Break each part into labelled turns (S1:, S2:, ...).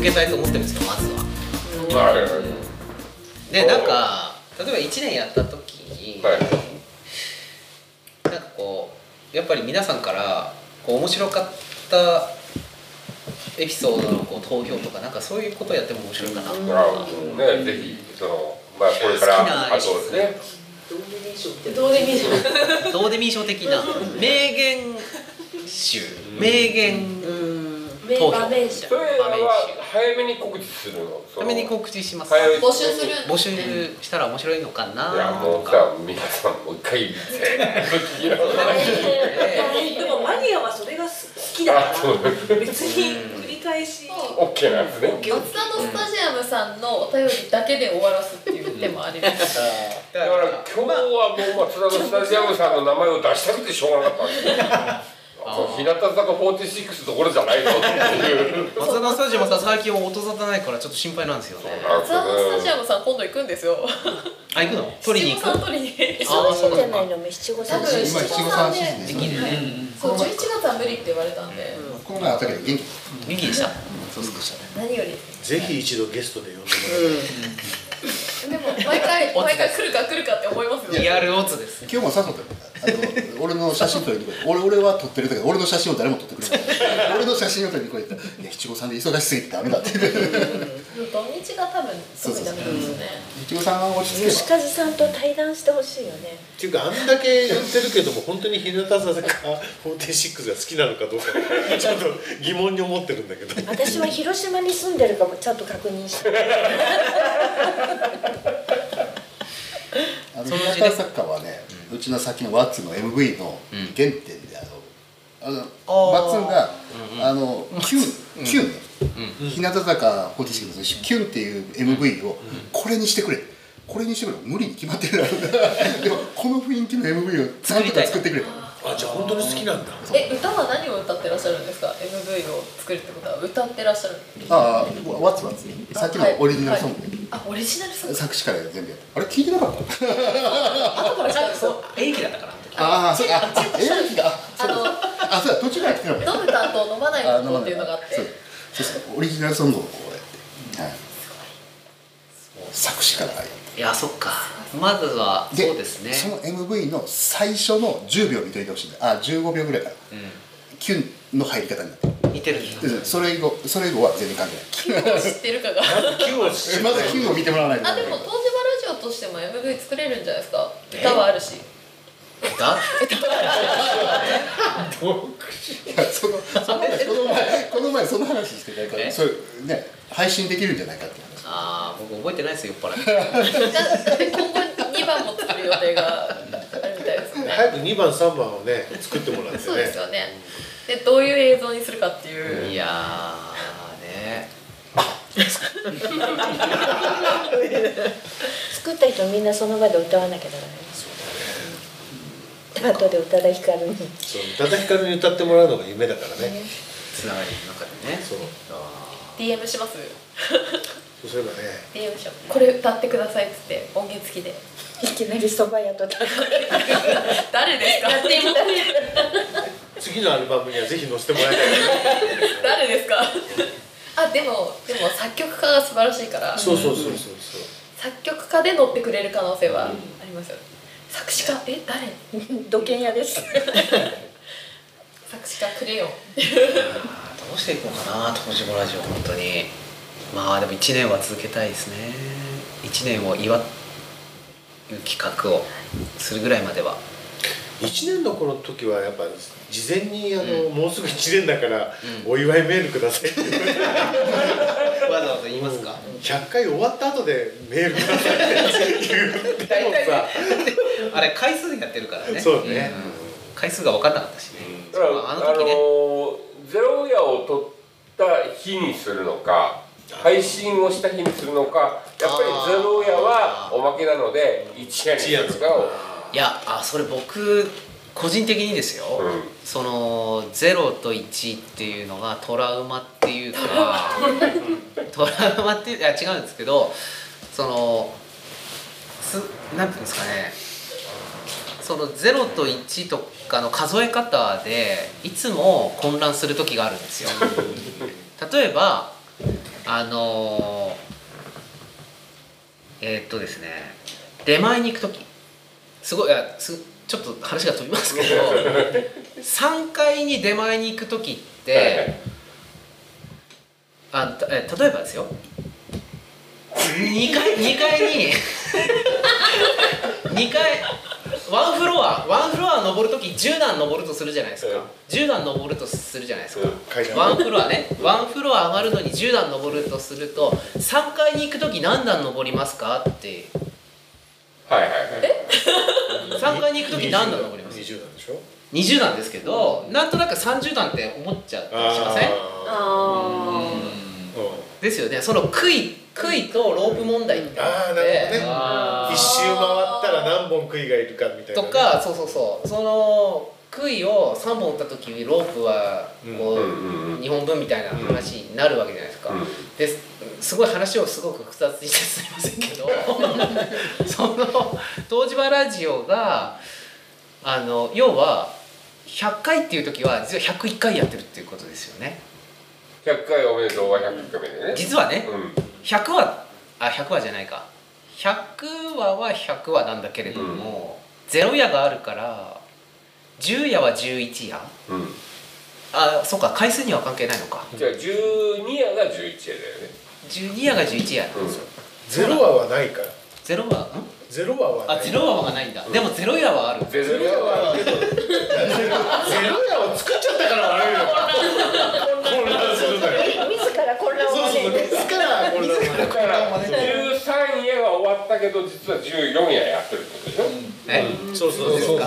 S1: けたいと思ってるんですよまずは。
S2: はいはいはい
S1: でなんか例えば1年やった時に、
S2: はい
S1: なんかこうやっぱり皆さんからこう面白かったエピソードのこう投票とかなんかそういうことをやっても面白いかな、
S2: なるほどね、ぜひそのまあこれから
S1: 好きな
S2: あそうですね。
S3: どうでもいいしょって
S4: どうでもいいじゃん
S1: どうでもいい賞的な名言集名言
S3: うん
S4: 名
S1: 投票
S4: 場面集
S2: それは早めに告知するの。
S1: た
S2: その
S1: めに告知します
S2: 早い
S4: 募集する
S1: 募集したら面白いのか
S2: いや
S1: なと
S2: もう
S1: か
S2: さ皆さんもう一回全部聞き直さないと
S4: え
S3: で
S4: ー
S3: もマニアはそれが好きだか
S2: あそう
S3: ら別に繰り返し
S4: そう
S2: オッケーなんですね。
S4: 松田のスタジアムさんのお便りだけで終わらすっていう手もあ ります
S2: だから今日はもう松田のスタジアムさんの名前を出したくてしょうがなかったん ですよ。もう日向坂46どころじゃないぞって いう。
S1: 松田スタジオもさ最近音沙汰ないからちょっと心配なんですよね
S4: 松田のスタジアムさん今度行くんですよ
S1: あ行くの取りに行
S4: 七五
S1: く
S4: 三取りに
S1: あー
S5: 忙し
S1: そ
S5: い
S1: うんなん
S5: じ
S1: だ
S5: ゃないの七五
S4: 多
S5: 三
S4: 分
S5: シーズ
S6: 今
S4: 七
S6: 七
S4: 五
S6: 五
S4: 三
S6: 三
S4: で
S6: シーズンですね
S4: そう11月は無理って言われたんで
S6: この前あったけど元気
S1: 元気でしたそうでしたね
S4: 何より
S7: ぜひ一度ゲストで呼んでも
S4: でも毎回毎回来るか来るかって思いますよ
S1: リアルオツです
S6: 今日も誘ったよあの俺の写真撮りに来い俺俺は撮ってるだけど俺の写真を誰も撮ってく れない俺の写真を撮りに来いって言ったらいや七五三で忙しすぎてダメだ って
S4: 土日が多分特にダメなんですね
S6: 七五三は落ち着けば
S5: 吉和さんと対談してほしいよね
S7: っていうかあんだけ言ってるけども本当に日向坂46が好きなのかどうかちょっと疑問に思ってるんだけど
S5: 私は広島に住んでるかもちゃんと確認して
S6: あの
S1: そのうち
S6: 日
S1: ね
S6: 向坂はね、うちの先のワッツの MV の
S1: ん
S6: 原点であのあの
S1: ー
S6: ワッツンが、あのキュンキュン、日向坂46のキュンっていう MV をこれにしてくれこれにしてくれ無理に決ま ってるだろうがでもこの雰囲気の MV をなんとか作ってくれ
S7: あじゃあ本当に好きなんだ
S4: え歌は何を歌ってらっしゃるんですか MV を作るってことは歌ってらっしゃる
S6: ああワッツワッツさっきのオリジナルソング、
S4: あオリジナルソング
S6: 作詞から全部やったあれ聞いてなかった
S4: 後から来たんですよ
S1: 英気だったからあの時
S6: ああそうあ えーあ
S4: あの
S6: あそうだ途中から聞いてなかった
S4: 飲む担当飲まない
S6: あ
S4: 担当っていうのがあって
S6: そうそうそうオリジナルソングをこうやって、はい、作詞からやって
S1: いやそっかまずはそうですね
S6: その MV の最初の10秒見といてほしいんだあ15秒ぐらいから、キュンの入り方になってる
S1: 似てるんだ
S6: でそれ以後それ以後は全然関係
S4: キューを知ってるか が
S7: 9を知
S6: ないまずキュンを見てもらわないと
S4: あでも東芝ラジオとしても MV 作れるんじゃないですか歌はあるし
S1: だ
S6: いやそのその話この前この前その話してたから
S1: え
S6: それね配信できるんじゃないかって話
S1: ああ僕覚えてないですよ酔っ払って
S4: だで今後2番も作る予定があるみたいですね
S7: 早く2番3番をね作ってもらってね
S4: そうですよねでどういう映像にするかっていう、
S1: いやーね
S5: 作った人みんなその場で歌わなきゃダメだね後で宇多田ヒカルに
S7: そう宇多田ヒカルに歌ってもらうのが夢だからね
S1: つながりの中でね
S7: そう
S4: DM します
S7: そうすればね
S4: DM しようこれ歌ってくださいっつって音源付きで
S5: いきなり蕎麦屋とだ
S4: 誰ですか
S7: 次のアルバムにはぜひ載せてもらいたい
S4: 誰ですかあでもでも作曲家が素晴らしいから
S7: そうそうそうそうそう
S4: 作曲家で乗ってくれる可能性はありますよね作詞家え誰
S5: 土建屋です
S4: 作詞家クレヨン
S1: あーどうしていこうかな東芝ラジオ本当にまあでも1年は続けたいですね1年を祝う企画をするぐらいまでは
S7: 1年のこの時はやっぱ事前にあの、もうすぐ1年だからお祝いメールくださいって
S1: わざわざ言いますか
S7: 100回終わった後でメールくださいって言ってもさ
S1: あれ回数でやってるからね
S7: そうね
S1: ん回数が分かんなかったしね、
S2: だから
S1: あ
S2: あ
S1: の
S2: の
S1: 時ね、
S2: ゼロ夜を取った日にするのか配信をした日にするのかやっぱりゼロ夜はおまけなので一夜にするかを
S1: いやあそれ僕個人的にですよ、
S2: うん
S1: その0と1っていうのがトラウマっていうかトラウマっていういや違うんですけどそのすなんていうんですかねその0と1とかの数え方でいつも混乱する時があるんですよ。例えばあのーえーっとですね出前に行く時すごいいやすちょっと話が飛びますけど 3階に出前に行く時って、
S2: はいはい
S1: あたえ例えばですよ2階二階に 2階ワンフロアワンフロア登る時10段登るとするじゃないですか、
S2: うん
S1: 10段登るとするじゃないですか、
S2: うん
S7: 階段
S1: ワンフロアねワンフロア上がるのに10段登るとすると3階に行く時何段登りますかって
S2: はいはいは い
S1: 3階に行く時何段登ります
S7: 20なんでしょ
S1: 20段ですけどなんとなく30段って思っちゃったりしません
S7: あ
S3: あ
S1: うん
S7: ーうん
S1: ですよねその杭杭とロープ問題みたいなのがあって
S7: あーなるほどね
S1: あー
S7: 一周回ったら何本杭がいるかみたいな
S1: と
S7: ね
S1: かそうそうそうその杭を3本打った時にロープはこう、
S2: うんうんうん
S1: 2本分みたいな話になるわけじゃないですか、
S2: うん
S1: ですごい話をすごく複雑にしてすみませんけど その東芝ラジオがあの要は100回っていう時は実は101回やってるっていうことですよね
S2: 100回おめでとうは100回目でね
S1: 実はね
S2: うん
S1: 100話あ100話じゃないか100話は100話なんだけれども、0夜があるから10夜は11夜
S2: うん
S1: あそうか回数には関係ないのか
S2: じゃあ12夜が11夜だよね
S1: 12夜が11夜なん
S2: う
S1: で
S2: ん
S1: すよ、
S7: ゼロ話はないから
S1: ゼロ話ん
S7: ゼロ話はない
S1: あゼロ話がないんだ、でもゼロ夜はある
S2: ゼロ
S7: ゼロ
S2: 夜
S7: 話は
S2: は
S7: あるけど ゼロ話を作っちゃったから悪い よ混乱するんだよ
S5: 自ら混乱を
S7: そう
S5: 招
S7: そう
S5: いて
S7: 自ら混乱する
S2: だから13夜は終わったけど実は14夜やってるってことでしょ
S1: え
S7: そうそうそうそう。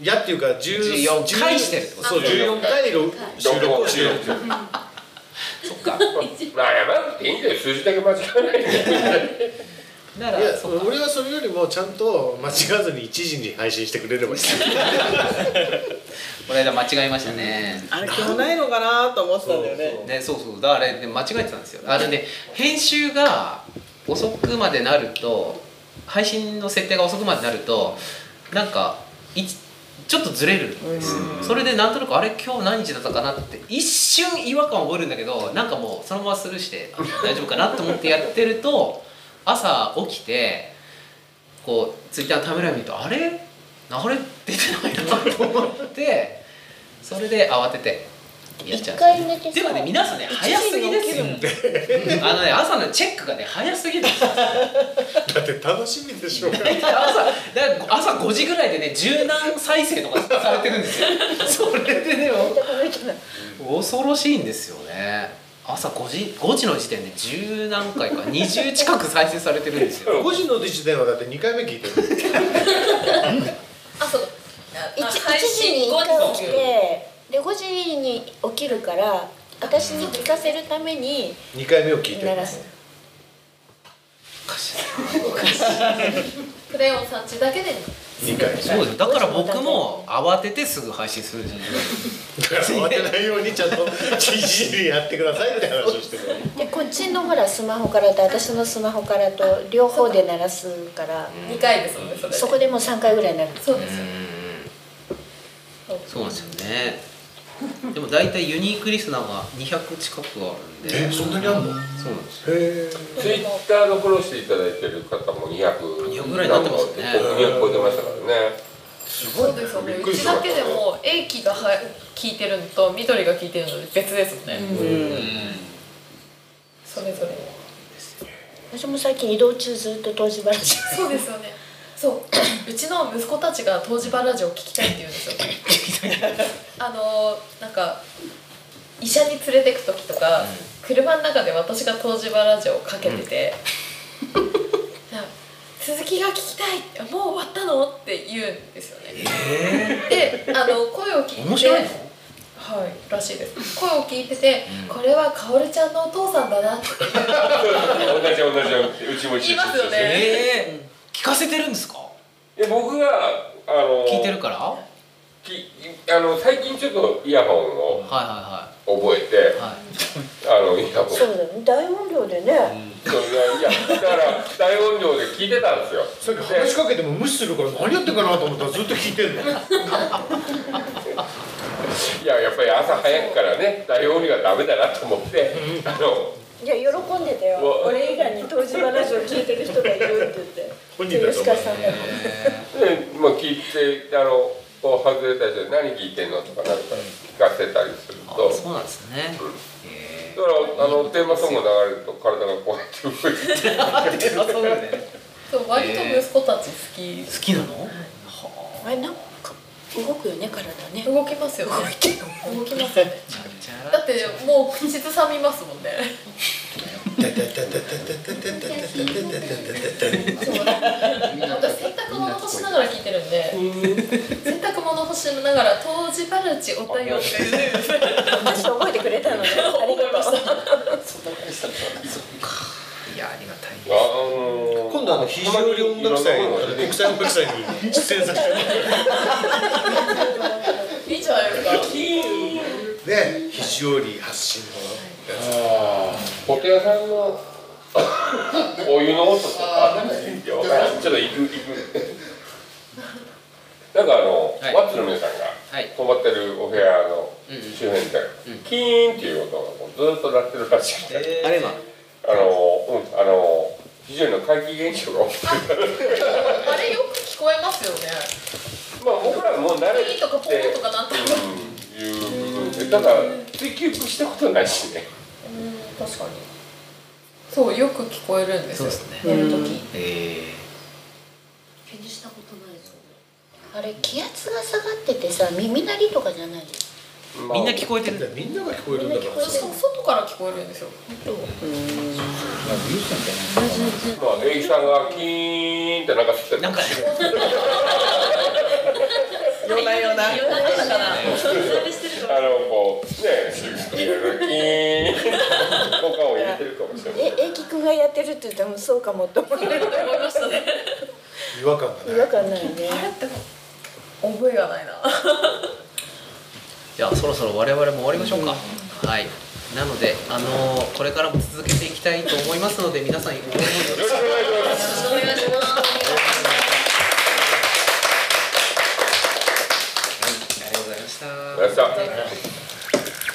S7: いやっていうか
S1: 14回してるってこと
S7: そう14回の収録をしてる。
S1: そっか
S2: まあやばなくていいんだよ数字だけ間違わないで
S1: ない
S7: や
S1: らそっか
S7: 俺はそれよりもちゃんと間違わずに1時に配信してくれ ればいい。
S1: この間間違えましたね、
S8: あれ今日ないのかなと思ってたんだよね
S1: ねそうそうだからあれ、ね、間違えてたんですよあれね編集が遅くまでなると配信の設定が遅くまでなるとなんかいちちょっとずれるんですよそれでなんとなくあれ今日何日だったかなって一瞬違和感を覚えるんだけどなんかもうそのままスルーしてあ大丈夫かなと思ってやってると朝起きてこうツイッターのタイムライン見るとあれ流れ出てないなと思ってそれで慌ててやっちゃ
S5: 一
S1: う
S5: 回寝て
S1: でもね皆さんね早すぎですよあのね朝のチェックがね早すぎるん ですよ
S7: だって楽しみでしょうが。
S1: 朝だから朝5時ぐらいでね柔軟再生とかされてるん ですよそれでね恐ろしいんですよね朝5時5時の時点で10何回か20近く再生されてるんですよ
S7: 5時の時点はだって2回目聞いてる。
S4: あそう
S5: 一
S4: あ
S5: 1時に
S4: 後
S5: 1回起きてで5時に起きるから私に聞かせるために
S7: 2回目を聞いて
S5: 鳴
S7: る
S5: ら。す
S1: おかしい
S4: クレヨンさんちだけで
S7: 2回。
S1: そうですだから僕も慌ててすぐ配信するんです
S7: だから慌てないようにちゃんと1時にやってくださいって話をしてる。
S5: でこっちのほらスマホからと私のスマホからと両方で鳴らすから
S4: 2回ですもんねそれ
S5: そこでもう3回ぐらい鳴る
S4: そうですよ
S1: そうなんですよねでも大体ユニークリスナーが200近くあるんで
S7: そんなにあるの？
S1: そう
S7: へ
S1: なんですよ
S7: え。
S2: ツイッターのフォローしていただいてる方も200
S1: 200ぐらいになってますよね
S2: 200超えてましたからね
S4: そうですよね
S7: びっく
S4: う
S7: りし
S4: ち
S7: た
S4: だけでも A 期がは聞いてるのと緑が聞いてるので別ですもんね、それぞれ
S5: 私も最近移動中ずっと東芝ラジ
S4: そうですよね そううちの息子たちが東芝ラジオ聞きたいって言うんですよあのなんか医者に連れてく時とか、車の中で私が東芝ラジオをかけてて「なんか鈴木が聞きたいもう終わったの?」って言うんですよね、であの声を聞いて
S1: 面白いの
S4: はいらしいです声を聞いてて、これはかおるちゃんのお父さんだなって
S2: 同じ同じうちも一緒
S4: 言いますよね
S1: ええ聞かせてるんですか
S2: いや僕があの
S1: 聞いてるからはい
S2: きあの最近ちょっとイヤホ
S1: は
S2: ンを覚えて
S1: いはいはい
S2: あのイヤホン
S5: オ
S2: そ
S5: そうだね大音量でね
S2: ういやだから大音量で聞いてたんですよ
S7: それ話しかけても無視するから何やってるかなと思ったらずっと聞いてるの。
S2: いややっぱり朝早くからね大音量がダメだなと思ってあの
S5: いや喜んでたよ
S2: うわ
S5: 俺以外に東芝ラジオ聞いてる人がいるって
S7: 本
S5: 言って
S7: 人だと
S5: 吉川さ
S7: 思う
S5: んが
S2: で、まあ、聞いてあのこう外れたりして何聞いてんのとかなんか聞かせたりする
S1: あ
S2: と。
S1: そうなんですね、
S2: うん
S1: へ
S2: だからあのテーマソングが流れると体がこうやって動いて
S1: ーテーマソングね
S4: そう割と息子たち好き
S1: 好きなの、
S5: あれなんか動くよね体ね
S4: 動きますよね動きますよねだってもう口ずさみますもんねそう私洗濯物干しながら聞いてるんで洗濯物干しながら「当時バルチおたよ」とか言ってるんで
S5: 歌詞覚えてくれたのねありがとう
S1: いやありがたい
S2: あの
S7: 今度あの非常に音楽祭
S2: いろんなものが出て
S7: 国際音楽祭に出 演させてもらって
S4: すいいじゃないですか
S6: で
S7: 非常に発信の
S2: ポテ屋さんのお湯の音とか
S6: あーなんだっけ
S2: いやわからんちょっと行く行くなんかあの、
S1: はい
S2: マッツの皆さんが
S1: はい
S2: 泊まってるお部屋の
S1: うんうん
S2: 周辺で、
S1: うん
S2: キーンっていう音がこうずっと鳴ってるらしくて、
S1: あれは
S2: あのうんあの非常にの怪奇現象が起きてる
S4: あれよく聞こえますよね
S2: まあ僕らはもう慣れて
S4: ピーとかポーとかなったら
S2: うんいう部分でただ追求したことないしね
S4: 確かにそうよく聞こえるんです
S1: そう
S4: よ
S1: ですね
S4: 寝る時
S1: え
S5: 気にしたことないですあれ気圧が下がっててさ耳鳴りとかじゃないです
S1: ー、みんな聞こえてる
S7: みんなが聞こえるんだか
S5: みんな聞こえ
S7: ら
S5: る
S4: しかも外から聞こえるんですよ
S2: まあ、エイさんがキーンってなんかしてる
S1: なんかね
S8: 夜な夜な
S4: 夜中だから
S2: あのこうねキーンって効果を入れてるかもしれない
S5: え英樹くんがやってるって言ったらもうそうかもと思って
S4: 思いました ね
S7: 違和感が
S5: 違
S7: ね
S5: 和感ないね
S4: あれって覚えがないな
S1: じゃあそろそろ我々も終わりましょうか、はいなのであのーこれからも続けていきたいと思いますので皆さん応援をよろしくお願いします
S4: お願いします
S1: はい、ありがとうございました。
S2: ありがとうございました